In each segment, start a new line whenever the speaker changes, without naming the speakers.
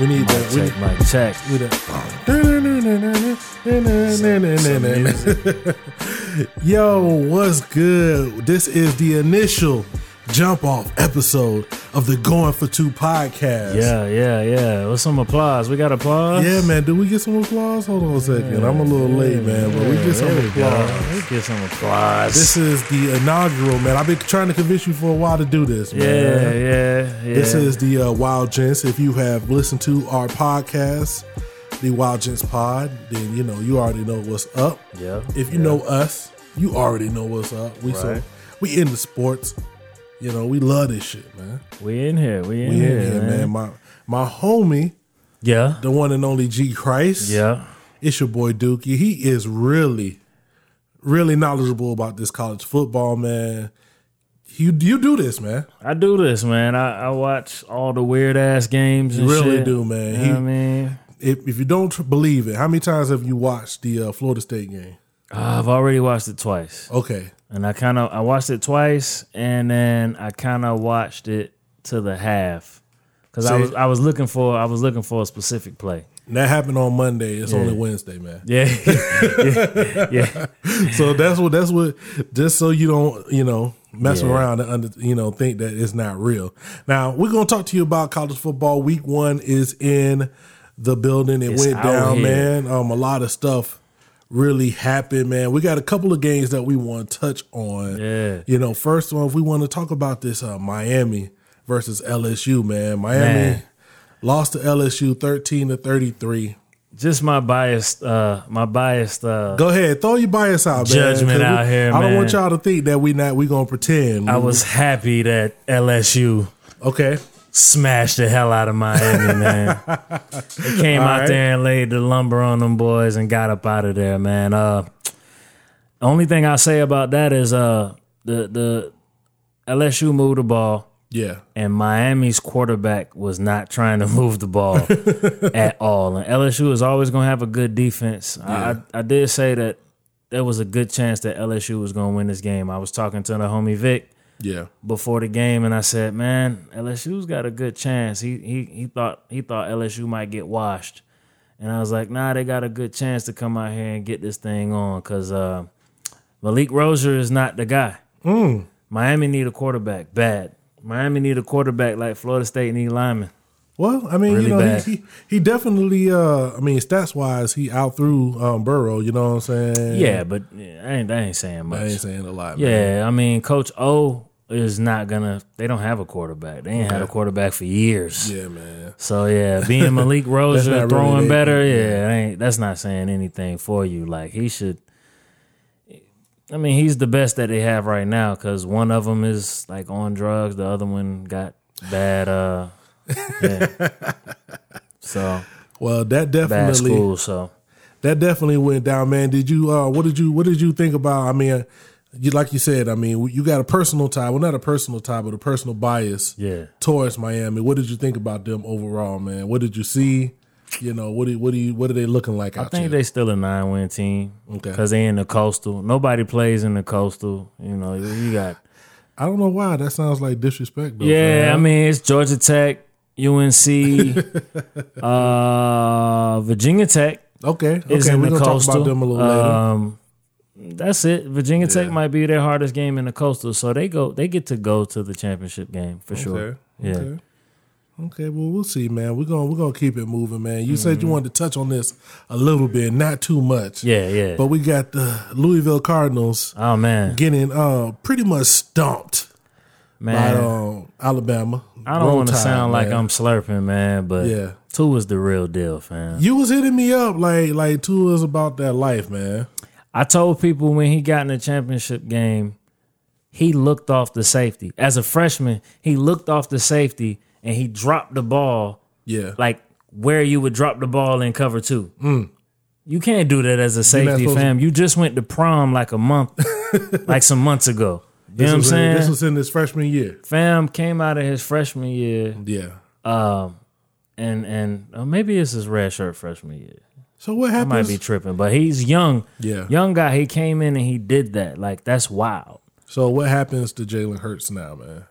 We need
Mic
that. We
check,
need,
mic check.
we need- Yo, what's good? This is the initial jump off episode of the Going for Two podcast.
Yeah, yeah, yeah. With some applause. We got applause.
Yeah, man. Do we get some applause? Hold on a second. I'm a little late, man, but we get some
There we
applause.
go. We get some applause.
This is the inaugural, man. I've been trying to convince you for a while to do this,
yeah,
man.
yeah, yeah.
This is the uh, Wild Gents. If you have listened to our podcast, the Wild Gents Pod, then you know you already know what's up.
Yeah,
If you
yeah.
know us, you already know what's up. We so
Right.
we in the sports. You know we love this shit, man.
we in here. We in,
We
here,
in here,
man.
man. My my homie,
Yeah,
the one and only G Christ.
yeah.
It's your boy Dookie. He is really, really knowledgeable about this college football, man. You you do this, man.
I do this, man. I, I watch all the weird ass games. And
Really
shit.
do, man.
You
He-
know what I mean,
If, if you don't tr- believe it, how many times have you watched the uh, Florida State game?
Uh, I've already watched it twice.
Okay,
and I kind of I watched it twice, and then I kind of watched it to the half because I
See?
was I was looking for I was looking for a specific play.
and that happened on Monday. It's only Wednesday, man.
Yeah, yeah, yeah,
So that's what that's what. Just so you don't you know mess
Yeah.
around and under, you know think that it's not real. Now we're gonna talk to you about college football. Week one is in the building. It
It's
went
out
down,
here.
man. Um, a lot of stuff really happened, man. We got a couple of games that we want to touch on.
Yeah.
You know, first one, if we want to talk about this, uh, Miami versus LSU, man. Miami
Man.
lost to LSU thirteen to thirty three.
just my biased uh my biased uh
Go ahead, throw your bias out, man.
Judgment
'cause we-
out here,
I don't want
man.
y'all to think that we not we gonna pretend.
I was happy that LSU
okay.
smashed the hell out of Miami, man. they came out
right.
there and laid the lumber on them boys and got up out of there, man. Uh only thing I say about that is uh the the LSU moved the ball.
Yeah,
and Miami's quarterback was not trying to move the ball at all. And LSU is always going to have a good defense. I, I, I did say that there was a good chance that LSU was going to win this game. I was talking to the homie Vic
yeah,
before the game, and I said, "Man, LSU's got a good chance." He he he thought he thought LSU might get washed, and I was like, "Nah, they got a good chance to come out here and get this thing on because uh, Malik Rozier is not the guy. Mm. Miami need a quarterback bad. Miami need a quarterback like Florida State need linemen.
Well, I mean,
Really
you know,
bad.
he, he he definitely. uh I mean, stats wise, he out through um, Burrow. You know what I'm saying?
Yeah, but yeah, I ain't I ain't saying much.
I ain't saying a lot. man.
Yeah, I mean, Coach O is not gonna. They don't have a quarterback. They ain't had a quarterback for years.
yeah, man.
So yeah, being Malik
not
Rozier
really
throwing
it.
better, yeah, I ain't, that's not saying anything for you. Like he should. I mean, he's the best that they have right now because one of them is like on drugs, the other one got bad. uh yeah. So
Well, that
bad
definitely
school. So
that definitely went down, man. Did you? uh What did you? What did you think about? I mean, you like you said. I mean, you got a personal tie. Well, not a personal tie, but a personal bias.
yeah,
towards Miami. What did you think about them overall, man? What did you see? You know, what do what do you what are they looking like
I
out
think
there?
they still a nine win team
Okay.
because they in the coastal. Nobody plays in the coastal. You know, you- you got.
I don't know why that sounds like disrespect. Though,
Yeah,
man.
I mean it's Georgia Tech, UNC, uh, Virginia Tech
okay, okay,
is in
we're
the
gonna
coastal.
talk about them a little later.
Um, that's it. Virginia Tech might be their hardest game in the coastal, so they go they get to go to the championship game for sure.
Okay,
uh, Yeah,
okay. Okay, well we'll see, man. We're gonna we're gonna keep it moving, man. You
Mm-hmm.
said you wanted to touch on this a little bit, not too much.
yeah, yeah.
But we got the Louisville Cardinals
oh man,
getting uh pretty much stomped by
man.
um, Alabama.
I don't
Roll
want to
Tide,
sound like
man.
I'm slurping, man, but
Yeah.
two was the real deal, fam.
You was hitting me up like like two is about that life, man.
I told people when he got in the championship game, he looked off the safety. As a freshman, he looked off the safety and he dropped the ball
Yeah.
like where you would drop the ball in cover two. You can't do that as a safety,
Hmm. supposed to-
fam. You just went to prom like a month, like some months ago. You know what
This
I'm
was in-
saying?
This was in his freshman year.
fam came out of his freshman year,
Yeah.
and and uh, maybe it's his red shirt freshman year.
So what
I might
happens?
be tripping, but he's young.
Yeah.
young guy. He came in and he did that. Like that's wild.
so what happens to Jalen Hurts now, man?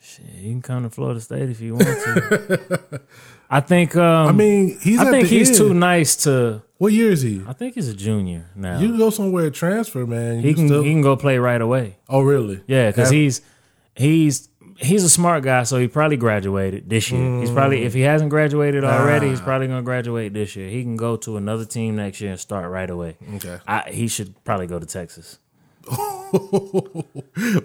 Shit, you can come to Florida State if you want to. I think. Um,
I mean, he's.
I
at
think
the
he's
end.
too nice to.
What year is he?
I think he's a junior now.
You can go somewhere and transfer, man.
he
You
can
still-
he can go play right away.
oh, really?
Yeah, because
Have-
he's he's he's a smart guy, so he probably graduated this year. He's
Mm.
probably if he hasn't graduated already,
Ah.
he's probably gonna graduate this year. He can go to another team next year and start right away.
Okay.
I, he should probably go to Texas.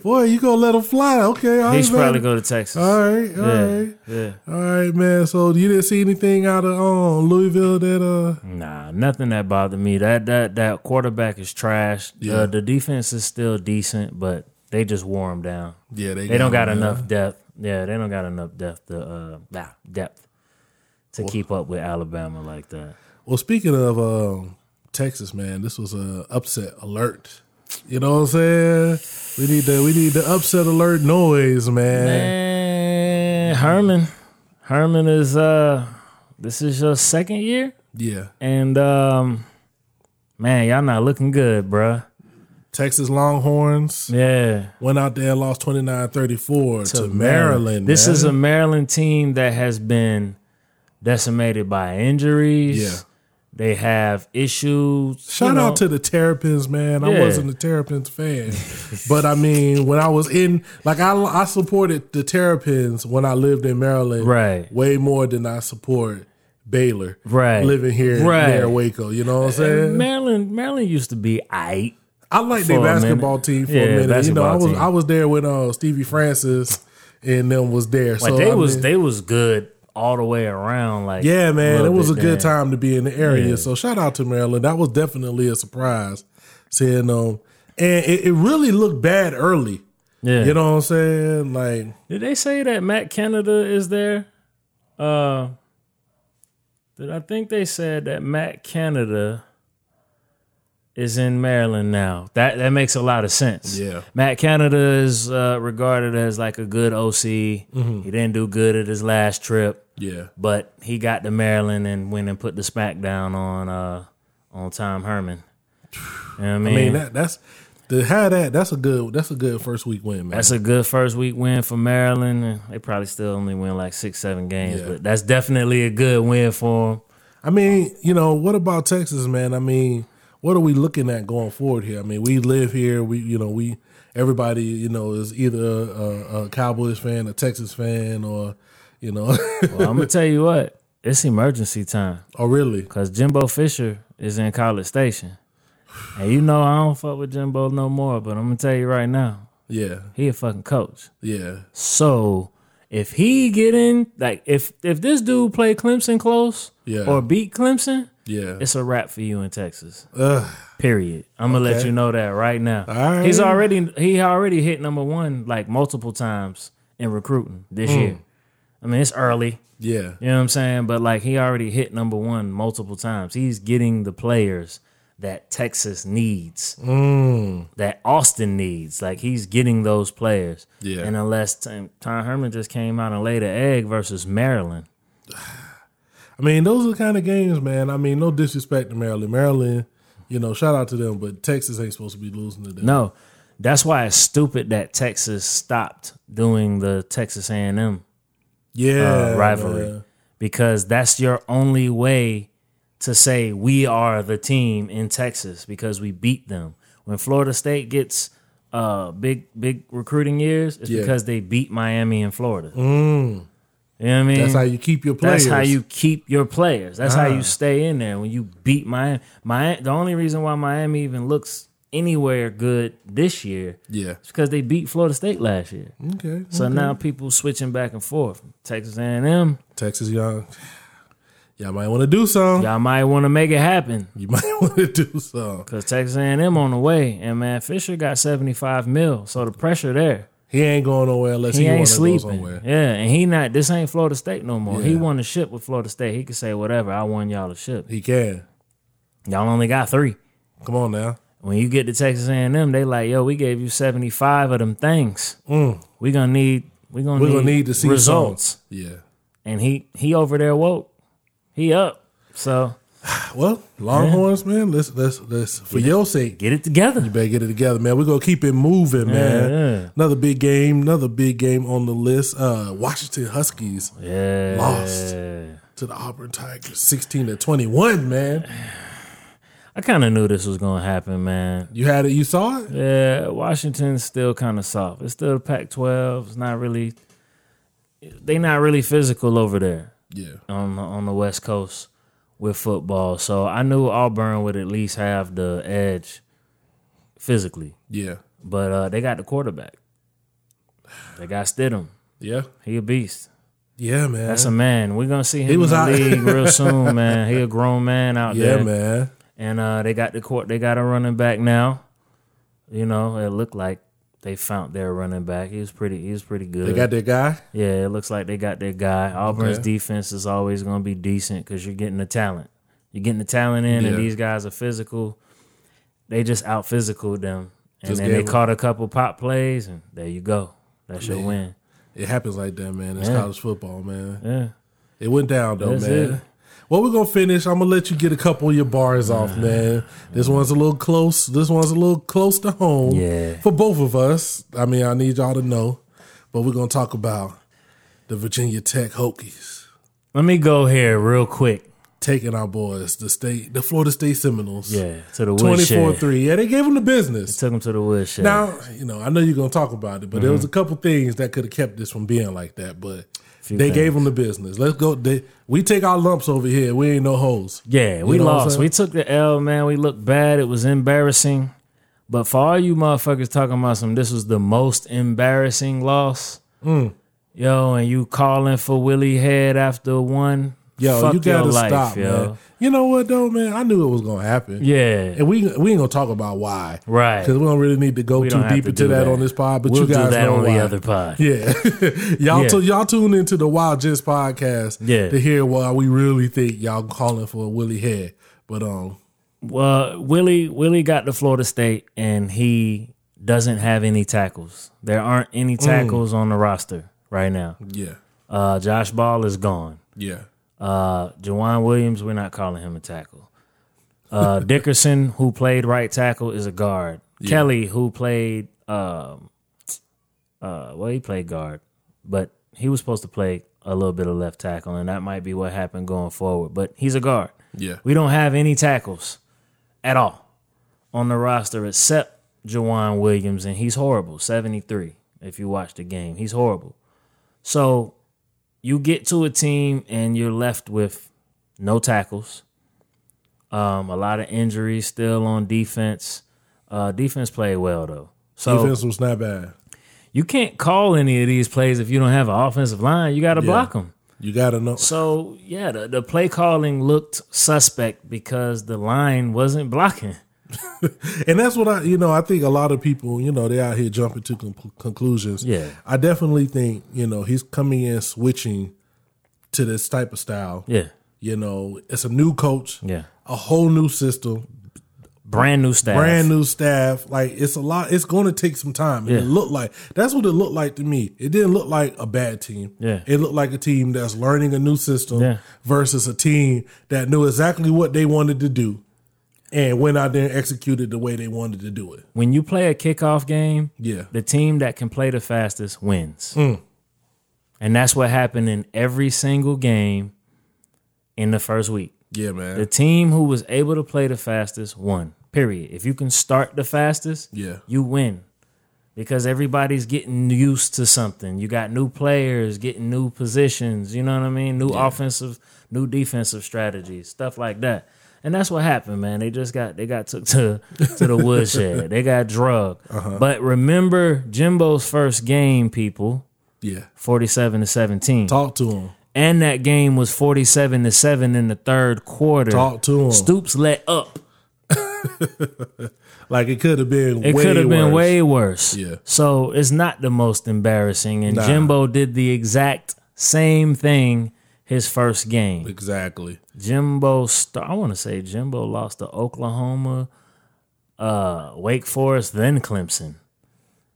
Boy, you gonna let him fly? Okay, all right,
He should probably
man.
go to Texas.
All right, all
yeah,
right.
yeah.
All right, man. So you didn't see anything out of um, Louisville that uh
Nah, nothing that bothered me. That that that quarterback is trash.
Yeah.
Uh, the defense is still decent, but they just wore him down.
yeah
They don't got enough depth. Yeah, they don't got enough depth to uh nah, depth to keep up with Alabama like that.
Well, speaking of um, Texas, man, this was a upset alert. You know what I'm saying? We need the we need the upset alert noise, man.
Man, Herman, Herman is uh this is your second year,
Yeah,
and um man, y'all not looking good, bruh.
Texas Longhorns
Yeah.
went out there and lost 29-34 to, Maryland.
This
man.
is a Maryland team that has been decimated by injuries.
Yeah.
They have issues.
Shout
you know.
out to the Terrapins, man. I
Yeah.
wasn't a Terrapins fan, but I mean, when I was in, like, I I supported the Terrapins when I lived in Maryland,
Right.
Way more than I support Baylor,
Right.
Living here
Right.
near Waco, you know what I'm saying?
Maryland Maryland used to be aight.
I like
for
their
a minute.
basketball team for
Yeah,
a minute. You know, I
basketball
was
team.
I was there when uh, Stevie Francis and them was there.
Like
so
they
I
was
mean-
they was good all the way around. Like
yeah, man, it
little
was a
bit
good
there.
time to be in the area. So shout out to Maryland. That was definitely a surprise seeing them, and it, it really looked bad early.
Yeah.
You know what I'm saying? Like,
Did they say that Matt Canada is there? Uh did I think they said that Matt Canada is in Maryland now. That that makes a lot of sense.
Yeah.
Matt Canada is uh, regarded as like a good OC. He didn't do good at his last trip,
yeah,
but he got to Maryland and went and put the smack down on uh on Tom Herman. You know what I mean?
I mean that that's to have that. That's a good. That's a good first week win, man.
That's a good first week win for Maryland. and They probably still only win like six, seven games,
Yeah.
but that's definitely a good win for them.
I mean, you know, what about Texas, man? I mean, what are we looking at going forward here? I mean, we live here. We, you know, we everybody, you know, is either a, a Cowboys fan, a Texas fan, or you know,
Well, I'm gonna tell you what, it's emergency time
oh really?
because Jimbo Fisher is in College Station, and you know I don't fuck with Jimbo no more. But I'm gonna tell you right now,
Yeah,
he a fucking coach.
yeah,
So if he get in, like if if this dude play Clemson close
Yeah.
or beat Clemson,
yeah.
it's a wrap for you in Texas.
Ugh.
Period. I'm gonna let
Okay.
you know that right now.
right.
He's already he already hit number one like multiple times in recruiting this
Hmm.
year. I mean, it's early.
yeah,
You know what I'm saying? But like he already hit number one multiple times. He's getting the players that Texas needs,
Hmm.
that Austin needs. Like he's getting those players.
Yeah.
And unless Tom, Tom Herman just came out and laid an egg versus Maryland.
I mean, those are the kind of games, man. I mean, no disrespect to Maryland, Maryland. You know, shout out to them, but Texas ain't supposed to be losing to them.
No, that's why it's stupid that Texas stopped doing the Texas A&M
yeah,
uh, rivalry
man.
because that's your only way to say we are the team in Texas because we beat them. When Florida State gets uh, big big recruiting years, it's
Yeah. Mm.
because they beat Miami and Florida. You know what I mean?
That's how you Ah. keep your players.
That's how you keep your players. That's how you stay in there when you beat Miami. Miami. The only reason why Miami even looks anywhere good this year
Yeah.
is because they beat Florida State last year.
Okay.
So now people switching back and forth. Texas A&M,
Texas, y'all, y'all might want to do some.
y'all might want to make it happen
You might want to do some.
because Texas A&M on the way, and man, Fisher got seventy five mil, so the pressure there.
He ain't going nowhere unless
He
he,
ain't
wants to go
sleeping.
somewhere.
Yeah, and he not. This ain't Florida State no more. He
Yeah.
won the ship with Florida State. He could say whatever. I won y'all a ship.
He can.
Y'all only got three.
Come on now.
When you get to Texas A&M, they like, yo, we gave you seventy five of them things. We gonna need. We gonna
Mm. We're
need,
gonna need to see
results.
some. Yeah.
And he he over there woke. He up. So
Well, Longhorns, man, let's let's let's for your sake,
Get it together.
you better get it together, man. We're gonna keep it moving, man.
yeah.
Another big game, another big game on the list. Uh Washington Huskies
yeah.
Lost. to the Auburn Tigers, sixteen to twenty one, man.
I kind of knew this was gonna happen, man.
You had it, you saw it?
Yeah, Washington's still kind of soft. It's still Pac-12. It's not really. They not really physical over there
Yeah.
on the, on the West Coast with football. So I knew Auburn would at least have the edge physically,
Yeah.
but uh, they got the quarterback. They got Stidham.
Yeah.
He a beast.
Yeah, man.
That's a man. We're gonna see him
was
in the
out-
league real soon, man. He a grown man out
yeah,
there
man.
and uh, they got the court. They got a running back now. You know, it looked like they found their running back. He was pretty. He was pretty good.
They got their guy.
yeah, it looks like they got their guy. Auburn's
Okay.
defense is always going to be decent because you're getting the talent. You're getting the talent in,
Yeah.
and these guys are physical. They just out physical them, and
Just
then they
gave 'em-
caught a couple pop plays, and there you go. That's your
Man.
win.
It happens like that, man. It's
Yeah.
college football, man.
Yeah.
It went down though,
That's
man.
it.
Well, we're gonna finish. I'm gonna let you get a couple of your bars off, man. This one's a little close. This one's a little close to home.
Yeah.
For both of us. I mean, I need y'all to know. But we're gonna talk about the Virginia Tech Hokies
Let me go here real quick.
taking our boys, the state the Florida State Seminoles.
Yeah, to the woodshed.
24-3. Yeah, they gave them the business.
Took them to the woodshed.
Now, you know, I know you're gonna talk about it, but there
Mm-hmm.
was a couple things that could have kept this from being like that, but
Few
they gave
things.
them the business. Let's go. They, we take our lumps over here. We ain't no hoes.
Yeah, we
know what I'm
lost.
saying?
We took the L, man. We looked bad. It was embarrassing. But for all you motherfuckers talking about some, this was the most embarrassing loss.
Mm.
Yo, and you calling for Willie Head after one.
Yo,
Fuck
you gotta
your life,
stop,
yo.
man. You know what though, man? I knew it was gonna happen.
Yeah,
And we we ain't gonna talk about why.
right.
Because we don't really need to go
We
too
don't have
deep
to
into
do
that,
that.
on this pod, but
We'll
you guys
do that
know
on
why.
the other pod.
Yeah. y'all
Yeah.
tu- y'all tune into the Wild Gents podcast
Yeah.
to hear why we really think y'all calling for a Willie head. But um
Well, Willie Willie got to Florida State, and he doesn't have any tackles. There aren't any
Mm.
tackles on the roster right now.
yeah.
Uh, Josh Ball is gone.
Yeah.
Uh, Jawan Williams, we're not calling him a tackle. Uh, Dickerson, who played right tackle, is a guard. Kelly, who played, um, uh, well, he played guard, but he was supposed to play a little bit of left tackle, and that might be what happened going forward. But he's a guard.
Yeah.
We don't have any tackles at all on the roster except Jawan Williams, and he's horrible. 73, if you watch the game, he's horrible. So you get to a team and you're left with no tackles, um, a lot of injuries still on defense. Uh, defense played well, though. So
Defense was not bad.
you can't call any of these plays if you don't have an offensive line. You got to block them.
You gotta know.
So yeah, the, the play calling looked suspect because the line wasn't blocking.
And that's what I, you know, I think a lot of people, you know, they're out here jumping to con- conclusions.
Yeah.
I definitely think, you know, he's coming in switching to this type of style.
Yeah,
You know, it's a new coach,
yeah.
a whole new system,
Brand new staff.
brand new staff. Like, it's a lot, it's going to take some time. And It
Yeah.
looked like, that's what it looked like to me. It didn't look like a bad team.
Yeah.
It looked like a team that's learning a new system
Yeah.
versus a team that knew exactly what they wanted to do and went out there and executed the way they wanted to do it.
When you play a kickoff game,
Yeah. Mm.
the team that can play the fastest wins. And that's what happened in every single game in the first week.
Yeah, man.
The team who was able to play the fastest won. Period. If you can start the fastest,
Yeah.
you win. Because everybody's getting used to something. You got new players, getting new positions, you know what I mean? New offensive, new defensive strategies, stuff like that. And that's what happened, man. They just got they got took to to the woodshed. they got drugged.
Uh-huh.
But remember Jimbo's first game, people,
yeah.
47 to 17.
Talk to him.
And that game was 47 to 7 in the third quarter.
Talk to him.
Stoops let up.
like it could have been.
It
way
could have been
worse.
way worse.
Yeah.
So it's not the most embarrassing. And
Nah.
Jimbo did the exact same thing his first game.
Exactly.
Jimbo, st- I want to say Jimbo lost to Oklahoma, uh, Wake Forest, then Clemson.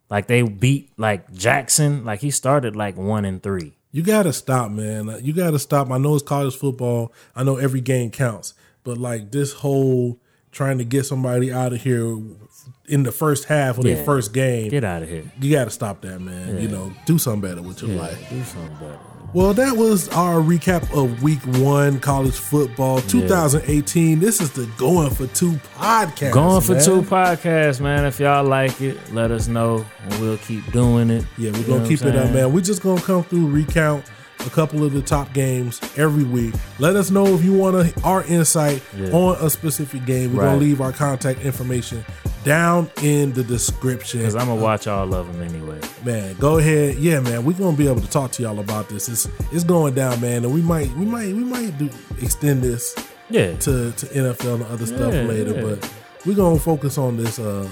Like they beat like Jackson. Like he started like one and three.
You gotta stop, man. You gotta stop. I know it's college football. I know every game counts, but like this whole trying to get somebody out of here in the first half of
Yeah.
their first game,
Get out of here.
you gotta stop that, man. You know, do something better with your life.
Do something better.
Well, that was our recap of week one college football 2018. This is the Going for Two podcast.
Going for
man.
two podcasts, man. If y'all like it, let us know, and we'll keep doing it.
Yeah, we're
You know
going
what
to
I'm
keep it up,
saying?
man. We're just going to come through, recount a couple of the top games every week. Let us know if you want a, our insight
Yeah.
on a specific game. We're going
Right.
to leave our contact information down in the description.
Cause I'm gonna watch all of them anyway.
man go ahead yeah man we're gonna be able to talk to y'all about this it's it's going down man and we might we might we might do extend this
Yeah,
to, to nfl and other stuff
Yeah,
later
yeah.
but we're gonna focus on this uh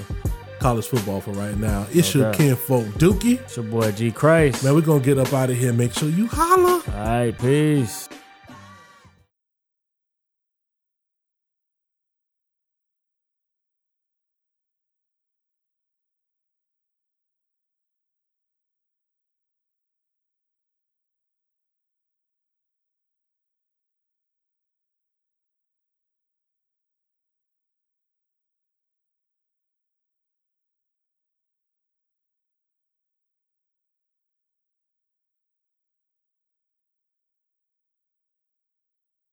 college football for right now it's your
doubt.
kinfolk dookie
it's your boy G Christ.
man we're gonna get up out of here make sure you holler
All right, peace.